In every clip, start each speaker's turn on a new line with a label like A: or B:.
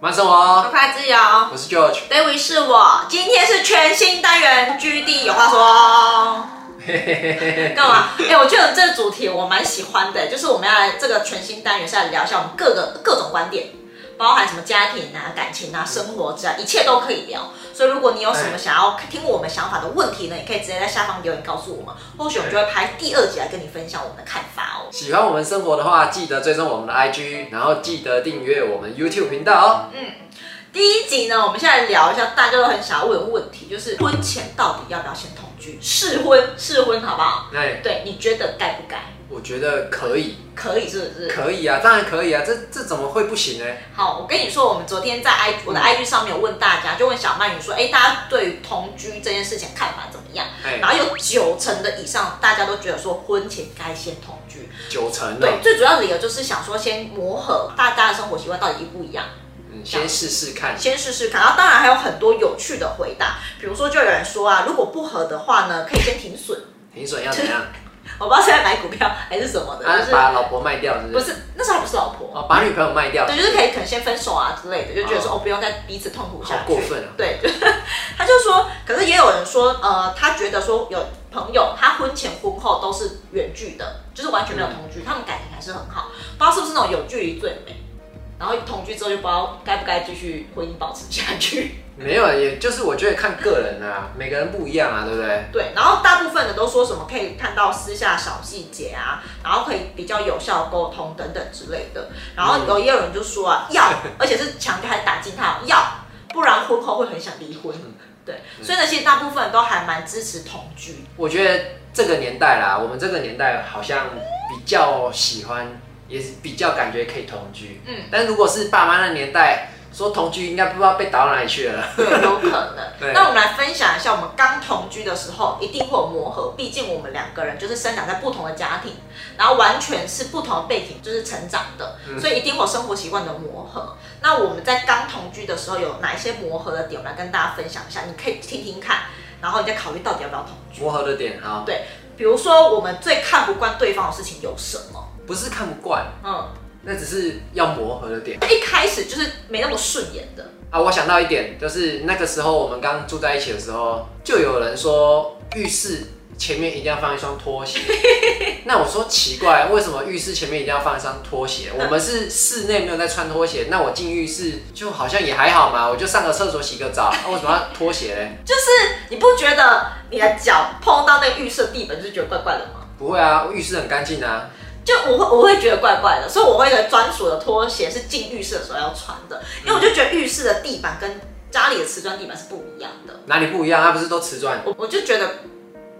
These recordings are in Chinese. A: 慢生活，哦
B: 快自由。
A: 我是 George。
B: David 是我，今天是全新单元居地有话说。干嘛？哎、我觉得这主题我蛮喜欢的，就是我们要来这个全新单元是来聊一下我们各个各种观点，包含什么家庭啊、感情啊、生活之啊，一切都可以聊。所以如果你有什么想要听我们想法的问题呢，也可以直接在下方留言告诉我们，或许我们就会拍第二集来跟你分享我们的看法哦。
A: 喜欢我们生活的话，记得追踪我们的 IG，然后记得订阅我们 YouTube 频道哦。
B: 第一集呢，我们现在聊一下大家都很想要问的问题，就是婚前到底要不要先同居？试婚，试婚好不好？
A: 那
B: 对，你觉得该不该？
A: 哎我觉得可以，
B: 可以是不是？
A: 可以啊，当然可以啊，这这怎么会不行呢？
B: 好，我跟你说，我们昨天在 i 我的
A: 嗯
B: IG 上面有问大家，就问小曼鱼说，哎、大家对于同居这件事情看法怎么样？
A: 哎
B: 然，后有九成的以上，大家都觉得说婚前该先同居。
A: 九成
B: 对，
A: 了，
B: 最主要理由就是想说先磨合大家的生活习惯到底一不一样。
A: 嗯，先试试看。
B: 先试试看。然后当然还有很多有趣的回答，比如说就有人说啊，如果不合的话呢，可以先停损。
A: 停损要怎样？
B: 我不知道是在买股票还是什么的，
A: 啊
B: 就，是、
A: 把老婆卖掉是不
B: 不
A: 是？
B: 是那时候还不是老婆，
A: 哦，把女朋友卖掉。
B: 对，就是可以可能先分手啊之类的，就觉得说
A: 哦
B: 哦不用再彼此痛苦下
A: 好
B: 去。
A: 过分啊！
B: 对，就是 他就说，可是也有人说，呃，他觉得说有朋友他婚前婚后都是远距的，就是完全没有
A: 嗯
B: 同居，他们感情还是很好，不知道是不是那种有距离最美。然后同居之后就不知道该不该继续婚姻保持下去。
A: 没有，也就是我觉得看个人啊，每个人不一样啊，对不对？
B: 对，然后大部分的都说什么可以看到私下小细节啊，然后可以比较有效沟通等等之类的。然后有也有人就说啊，要，而且是强调还打进他要，不然婚后会很想离婚。对，所以呢，其实大部分都还蛮支持同居。
A: 我觉得这个年代啦，我们这个年代好像比较喜欢，也是比较感觉可以同居。
B: 嗯，
A: 但如果是爸妈那年代，说同居应该不知道被打到哪里去了。
B: 对，有可
A: 对
B: 能。那我们来分享一下，我们刚同居的时候一定会有磨合，毕竟我们两个人就是生长在不同的家庭，然后完全是不同的背景，就是成长的，所以一定会有生活习惯的磨合。那我们在刚同居的时候有哪一些磨合的点，我们来跟大家分享一下，你可以听听看，然后你再考虑到底要不要同居。
A: 磨合的点哈，
B: 对，比如说我们最看不惯对方的事情有什么？
A: 不是看不惯，
B: 嗯，
A: 那只是要磨合的点
B: 一开始就是没那么顺眼的，
A: 啊。我想到一点，就是那个时候我们刚住在一起的时候，就有人说浴室前面一定要放一双拖 鞋。那我说奇怪，为什么浴室前面一定要放一双拖鞋？我们是室内没有在穿拖鞋，那我进浴室就好像也还好嘛，我就上个厕所洗个澡，啊、为什么要拖鞋嘞？
B: 就是你不觉得你的脚碰到那个浴室地板就觉得怪怪的吗？
A: 不会啊，浴室很干净啊。
B: 就我会我会觉得怪怪的，所以我会有一个专属的拖鞋是进浴室的时候要穿的，因为我就觉得浴室的地板跟家里的瓷砖地板是不一样的，
A: 哪里不一样？它不是都瓷砖？
B: 我我就觉得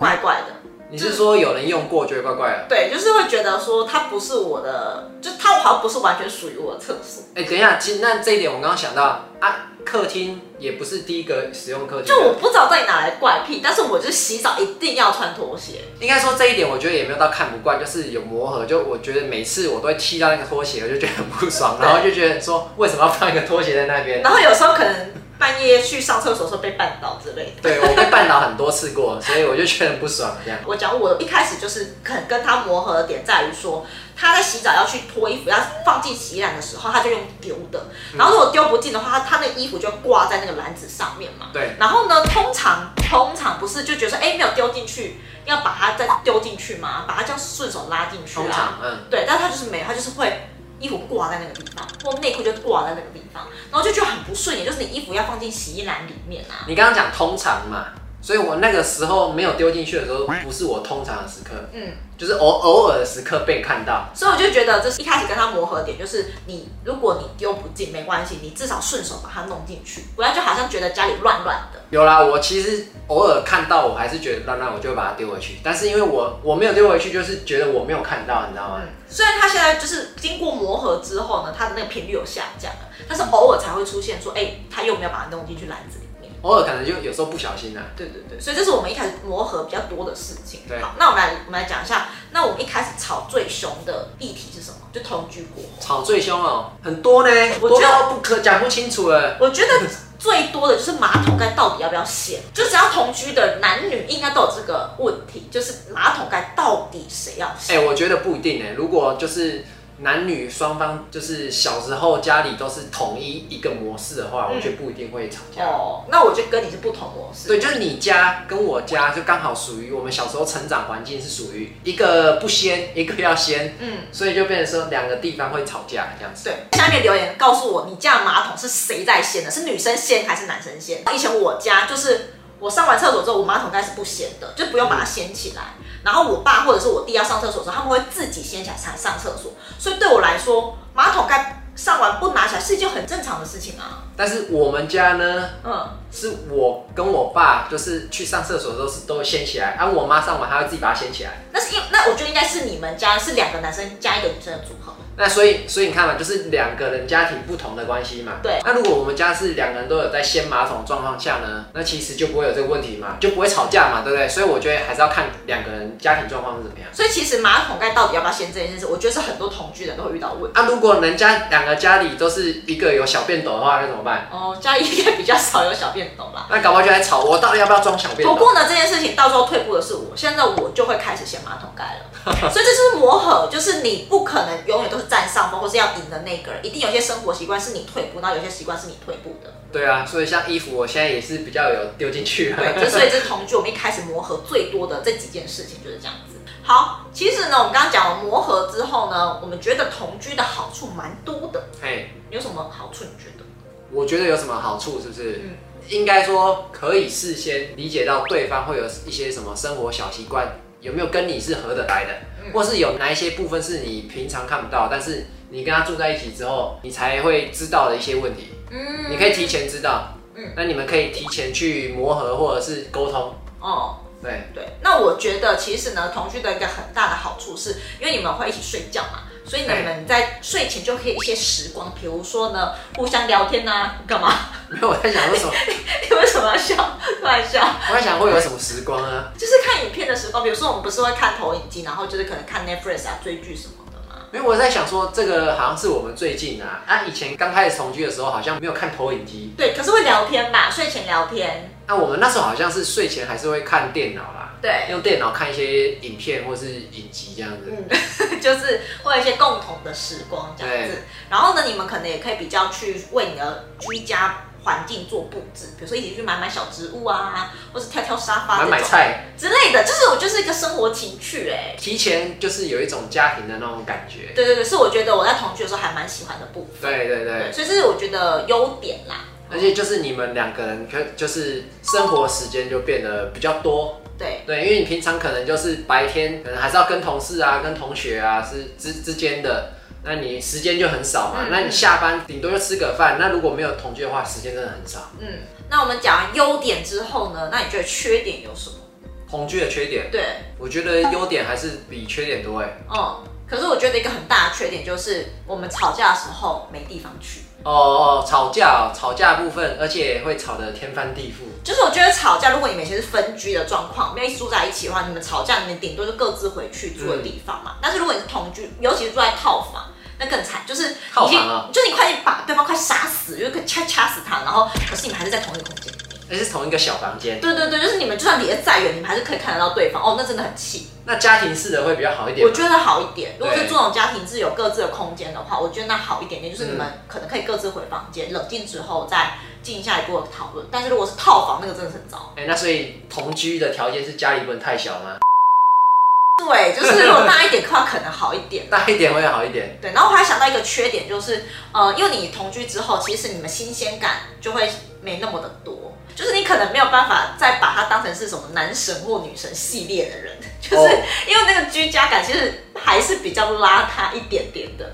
B: 怪怪的，
A: 你是说有人用过觉得怪怪的？
B: 对，就是会觉得说它不是我的，就它好像不是完全属于我的厕所，
A: 哎、等一下，其实那这一点我刚刚想到啊，客厅也不是第一个使用客厅的，
B: 就我不知道到底哪来的怪癖，但是我就洗澡一定要穿拖鞋，
A: 应该说这一点，我觉得也没有到看不惯，就是有磨合。就我觉得每次我都会踢到那个拖鞋，我就觉得很不爽，
B: 对
A: 然后就觉得说为什么要放一个拖鞋在那边？
B: 然后有时候可能半夜去上厕所的时候被绊倒之类的。
A: 对我被绊倒很多次过，所以我就觉得很不爽这样。
B: 我讲我一开始就是可能跟他磨合的点在于说，他在洗澡要去脱衣服，要放进洗衣篮的时候，他就用丢的，然后如果丢不进的话，他他那衣服就挂在那个篮子上面嘛。
A: 对，
B: 然后呢，通常通常不是就觉得说，哎、没有丢进去，要把它再丢进去吗？把它这样顺手拉进去
A: 通
B: 啊。
A: 常嗯，
B: 对，但他就是没有，他就是会。衣服挂在那个地方，或内裤就挂在那个地方，然后就觉得很不顺眼，就是你衣服要放进洗衣篮里面啊。
A: 你刚刚讲通常嘛，所以我那个时候没有丢进去的时候，不是我通常的时刻，
B: 嗯，
A: 就是偶偶尔的时刻被看到。
B: 所以我就觉得，这是一开始跟他磨合的点，就是你如果你丢不进没关系，你至少顺手把它弄进去，不然就好像觉得家里乱乱的。
A: 有啦，我其实偶尔看到，我还是觉得乱乱，我就会把它丢回去。但是因为我我没有丢回去，就是觉得我没有看到，你知道吗？
B: 虽然他现在就是经过磨合之后呢，他的那个频率有下降了，但是偶尔才会出现说，哎、他又没有把它弄进去篮子里面。
A: 偶尔可能就有时候不小心啊啦、
B: 对对对，所以这是我们一开始磨合比较多的事情。
A: 对
B: 好，那我们来我们来讲一下，那我们一开始吵最凶的议题是什么？就同居过后。
A: 吵最凶哦，很多呢，
B: 我
A: 多
B: 觉得
A: 到不可讲不清楚了。
B: 我觉得最多的就是马桶盖到底要不要掀，就只要同居的男女应该都有这个问题，就是马桶盖到底谁要
A: 哎、
B: 掀？
A: 我觉得不一定呢。如果就是男女双方就是小时候家里都是统一一个模式的话，
B: 嗯
A: 我觉得不一定会吵架。
B: 哦，那我就跟你是不同模式。
A: 对，就是你家跟我家就刚好属于我们小时候成长环境是属于一个不先，一个要先，
B: 嗯，
A: 所以就变成说两个地方会吵架这样子。
B: 对，下面留言告诉我，你家的马桶是谁在掀的？是女生掀还是男生掀？以前我家就是我上完厕所之后，我马桶盖是不掀的，就不用把它掀起来。然后我爸或者是我弟要上厕所的时候，他们会自己掀起来才上厕所，所以对我来说，马桶盖上完不拿起来是一件很正常的事情啊。
A: 但是我们家呢，
B: 嗯，
A: 是我跟我爸就是去上厕所的时候是都会掀起来，啊，我妈上完她会自己把它掀起来。
B: 那是因那我觉得应该是你们家是两个男生加一个女生的组合。
A: 那所以，所以你看嘛，就是两个人家庭不同的关系嘛。
B: 对
A: 那如果我们家是两个人都有在掀马桶的状况下呢，那其实就不会有这个问题嘛，就不会吵架嘛，对不对？所以我觉得还是要看两个人家庭状况是怎么样。
B: 所以其实马桶盖到底要不要掀这件事，我觉得是很多同居人都会遇到的问题。
A: 啊，如果人家两个家里都是一个有小便斗的话，那怎么办？
B: 哦，家里应该比较少有小便斗啦。
A: 那搞不好就在吵，我到底要不要装小便
B: 不
A: 斗？
B: 过呢，这件事情到时候退步的是我，现在我就会开始掀马桶盖了。 所以这就是磨合，就是你不可能永远都是占上风，或是要赢的那个人，一定有些生活习惯是你退步，然后有些习惯是你退步的。
A: 对啊，所以像衣服，我现在也是比较有丢进去啊。
B: 对，这所以这是同居我们一开始磨合最多的这几件事情就是这样子。好，其实呢，我们刚刚讲了磨合之后呢，我们觉得同居的好处蛮多的。
A: 嘿，
B: 有什么好处？你觉得？
A: 我觉得有什么好处是不是？
B: 嗯
A: 应该说可以事先理解到对方会有一些什么生活小习惯，有没有跟你是合得来的，
B: 嗯
A: 或是有哪一些部分是你平常看不到，但是你跟他住在一起之后，你才会知道的一些问题，
B: 嗯
A: 你可以提前知道。
B: 嗯
A: 那你们可以提前去磨合或者是沟通，
B: 哦。
A: 对，
B: 对，那我觉得其实呢，同居的一个很大的好处是，因为你们会一起睡觉嘛，所以呢，
A: 对
B: 你们在睡前就可以一些时光，比如说呢，互相聊天呐、干嘛？
A: 没有我在想为什么，
B: 你为什么要笑？突然笑，
A: 我在想会有什么时光啊？
B: 就是看影片的时光，比如说我们不是会看投影机，然后就是可能看 Netflix 啊、追剧什么的嘛。
A: 因为我在想说这个好像是我们最近啊，啊以前刚开始同居的时候好像没有看投影机，
B: 对，可是会聊天嘛，睡前聊天。
A: 那、我们那时候好像是睡前还是会看电脑啦，
B: 对，
A: 用电脑看一些影片或是影集这样子。
B: 嗯， 就是会有一些共同的时光这样子。然后呢，你们可能也可以比较去为你的居家环境做布置，比如说一起去买买小植物啊，或是挑挑沙发
A: 买
B: 这
A: 买
B: 种
A: 菜，
B: 之类的。就是我就是一个生活情趣哎、
A: 提前就是有一种家庭的那种感觉。
B: 对对对，是我觉得我在同居的时候还蛮喜欢的部分。
A: 对对对，
B: 所以这是我觉得优点啦。
A: 而且就是你们两个人可就是生活时间就变得比较多。
B: 对
A: 对，因为你平常可能就是白天可能还是要跟同事啊、跟同学啊是之之间的，那你时间就很少嘛。
B: 嗯
A: 那你下班顶多就吃个饭，那如果没有同居的话，时间真的很少。
B: 嗯，那我们讲完优点之后呢，那你觉得缺点有什么？
A: 同居的缺点，
B: 对，
A: 我觉得优点还是比缺点多哎。
B: 嗯，可是我觉得一个很大的缺点就是我们吵架的时候没地方去。
A: 哦哦，吵架、哦，吵架部分，而且会吵得天翻地覆。
B: 就是我觉得吵架，如果你们以前是分居的状况，没有一起住在一起的话，你们吵架，你们顶多就各自回去住的地方
A: 嗯
B: 嘛。但是如果你是同居，尤其是住在套房，那更惨，就是你
A: 套
B: 已经
A: 房啊
B: 就是你快点把对方快杀死，就是掐掐死他，然后可是你们还是在同一个空间。
A: 而是同一个小房间。
B: 对对对，就是你们就算离得再远，你们还是可以看得到对方。哦，那真的很气。
A: 那家庭式的会比较好一点
B: 我
A: 吗。
B: 觉得好一点，如果是
A: 对
B: 这种家庭是有各自的空间的话，我觉得那好一点点，
A: 嗯
B: 就是你们可能可以各自回房间，冷静之后再进行下一步的讨论。但是如果是套房，那个真的是很糟。
A: 哎、那所以同居的条件是家里不能太小吗？
B: 对，就是如果大一点的话，可能好一点。
A: 大一点会好一点。
B: 对，然后我还想到一个缺点，就是呃，因为你同居之后，其实你们新鲜感就会没那么的多，就是你可能没有办法再把它当成是什么男神或女神系列的人，就是
A: 哦
B: 因为那个居家感其实还是比较邋遢一点点的。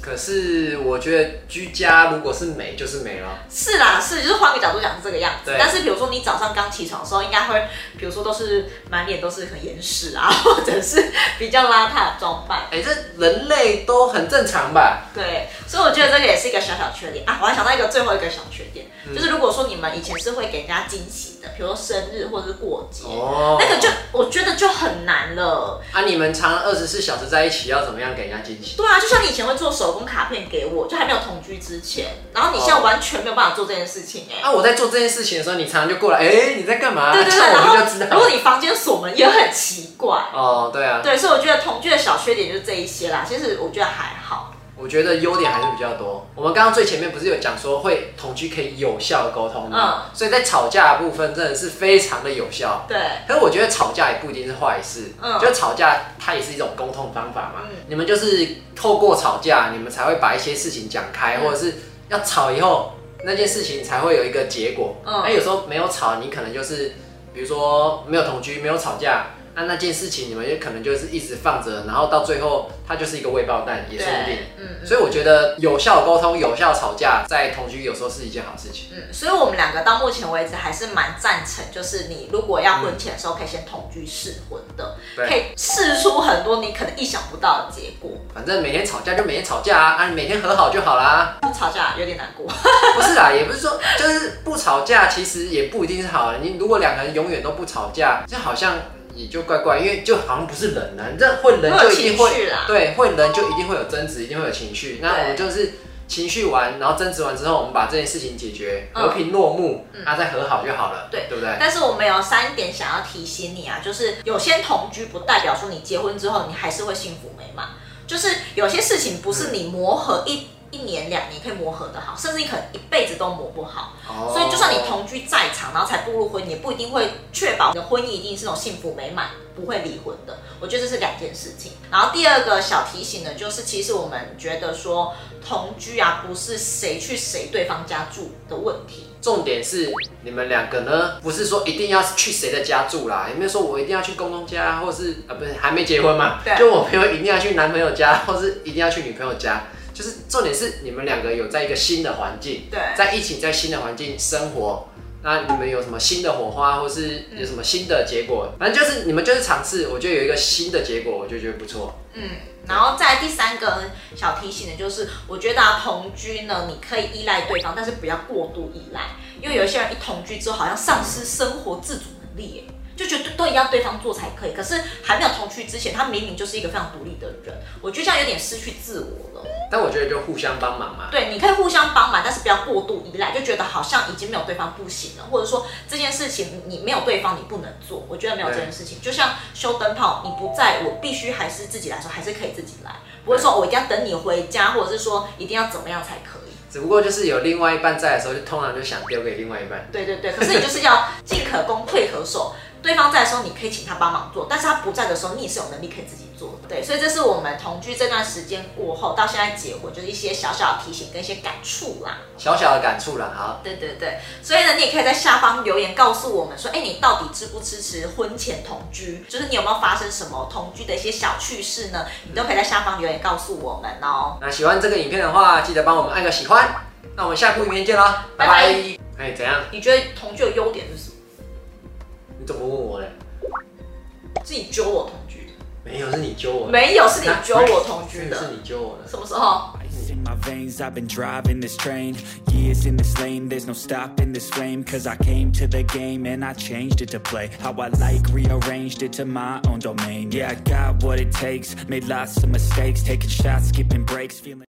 A: 可是我觉得居家如果是美就是美了，
B: 是啦，是，就是换个角度讲是这个样子
A: 对。
B: 但是比如说你早上刚起床的时候，应该会，比如说都是满脸都是很严实啊， 或者是比较邋遢的装扮。
A: 哎、这人类都很正常吧？
B: 对，所以我觉得这个也是一个小小缺点啊。我还想到一个最后一个小缺点，
A: 嗯
B: 就是如果说你们以前是会给人家惊喜的，比如说生日或者是过节，
A: 哦，
B: 那个就我觉得就很难了。
A: 啊，你们常二十四小时在一起，要怎么样给人家惊喜？
B: 对啊，就像你以前会做手工卡片给我，就还没有同居之前，然后你现在完全没有办法做这件事情哎、
A: 哦啊，我在做这件事情的时候，你常常就过来，哎、你在干嘛？
B: 对对
A: 这
B: 对，
A: 样
B: 然
A: 我们就知
B: 后如
A: 道
B: 果。你房间锁门也很奇怪，
A: 哦，对啊，
B: 对，所以我觉得同居的小缺点就是这一些啦。其实我觉得还好，
A: 我觉得优点还是比较多。我们刚刚最前面不是有讲说会同居可以有效沟通吗？
B: 嗯
A: 所以在吵架的部分真的是非常的有效。
B: 对，
A: 可是我觉得吵架也不一定是坏事，
B: 嗯
A: 就吵架它也是一种沟通方法嘛。
B: 嗯
A: 你们就是透过吵架，你们才会把一些事情讲开，
B: 嗯
A: 或者是要吵以后那件事情才会有一个结果。
B: 嗯
A: 那、有时候没有吵，你可能就是比如说没有同居，没有吵架。那那件事情，你们也可能就是一直放着，然后到最后，它就是一个未爆弹，也说不定。
B: 对，嗯嗯
A: 所以我觉得有效沟通、有效吵架，在同居有时候是一件好事情。
B: 嗯，所以我们两个到目前为止还是蛮赞成，就是你如果要婚前的时候，可以先同居试婚的，
A: 对
B: 可以试出很多你可能意想不到的结果。
A: 反正每天吵架就每天吵架啊，啊，你每天和好就好啦。
B: 不吵架有点难过，
A: 不是啦，也不是说就是不吵架，其实也不一定是好的。你如果两个人永远都不吵架，这好像也就怪怪，因为就好像不是人啊，你这会人
B: 会
A: 就
B: 有
A: 一定
B: 情
A: 会
B: 绪啦。
A: 对，会人就一定会有争执，一定会有情绪。那
B: 对
A: 我们就是情绪完，然后争执完之后，我们把这件事情解决，
B: 嗯
A: 和平落幕，
B: 嗯
A: 那、再和好就好了，
B: 对
A: 对不对？
B: 但是我们有三点想要提醒你啊，就是有些同居不代表说你结婚之后你还是会幸福美满，就是有些事情不是你磨合一、一年两年可以磨合的好，甚至你可能一辈子都磨不好。
A: 哦
B: 所以就算你同居再长，然后才步入婚姻，也不一定会确保你的婚姻一定是那种幸福美满，不会离婚的。我觉得这是两件事情。然后第二个小提醒呢，就是其实我们觉得说同居啊，不是谁去谁对方家住的问题。
A: 重点是你们两个呢，不是说一定要去谁的家住啦，也没有说我一定要去公公家，或是啊不是还没结婚嘛，
B: 对
A: 就我朋友一定要去男朋友家， 或是一定要去女朋友家，就是重点是你们两个有在一个新的环境，
B: 对
A: 在一起在新的环境生活。那你们有什么新的火花，或是有什么新的结果？反正就是你们就是尝试，我觉得有一个新的结果，我就觉得不错。
B: 嗯，然后再来第三个小提醒呢，就是我觉得、啊、同居呢，你可以依赖对方，但是不要过度依赖，因为有一些人一同居之后，好像丧失生活自主能力耶。就觉得都一样，对方做才可以。可是还没有同居之前，他明明就是一个非常独立的人，我觉得这样有点失去自我了。
A: 但我觉得就互相帮忙嘛。
B: 对，你可以互相帮忙，但是不要过度依赖，就觉得好像已经没有对方不行了，或者说这件事情你没有对方你不能做。我觉得没有这件事情，就像修灯泡，你不在我必须还是自己来说，还是可以自己来，不会说我一定要等你回家，或者是说一定要怎么样才可以。
A: 只不过就是有另外一半在的时候，就通常就想丢给另外一半。
B: 对对对，可是你就是要进可攻退可守。对方在的时候，你可以请他帮忙做；但是他不在的时候，你也是有能力可以自己做的。对，所以这是我们同居这段时间过后到现在结婚，就是一些小小的提醒跟一些感触啦。
A: 小小的感触啦，好。
B: 对对对，所以呢，你也可以在下方留言告诉我们说，哎，你到底支不支持婚前同居？就是你有没有发生什么同居的一些小趣事呢？你都可以在下方留言告诉我们哦。
A: 那喜欢这个影片的话，记得帮我们按个喜欢。那我们下部影片见啦，拜
B: 拜
A: 拜
B: 拜。
A: 哎，怎样？
B: 你觉得同居的优点是什么？
A: 你怎么问我嘞？
B: 是你揪我同居的，
A: 没有，是你揪我的。
B: 没有是你揪 我同居
A: 是
B: 的，
A: 你揪我的。
B: 什么时候？
C: Ice in my veins, I've been driving this train. Years in this lane, there's no stopping this flame. Cause I came to the game and I changed it to play. How I like, rearranged it to my own domain. Yeah, I got what it takes, made lots of mistakes, taking shots, skipping breaks, feeling.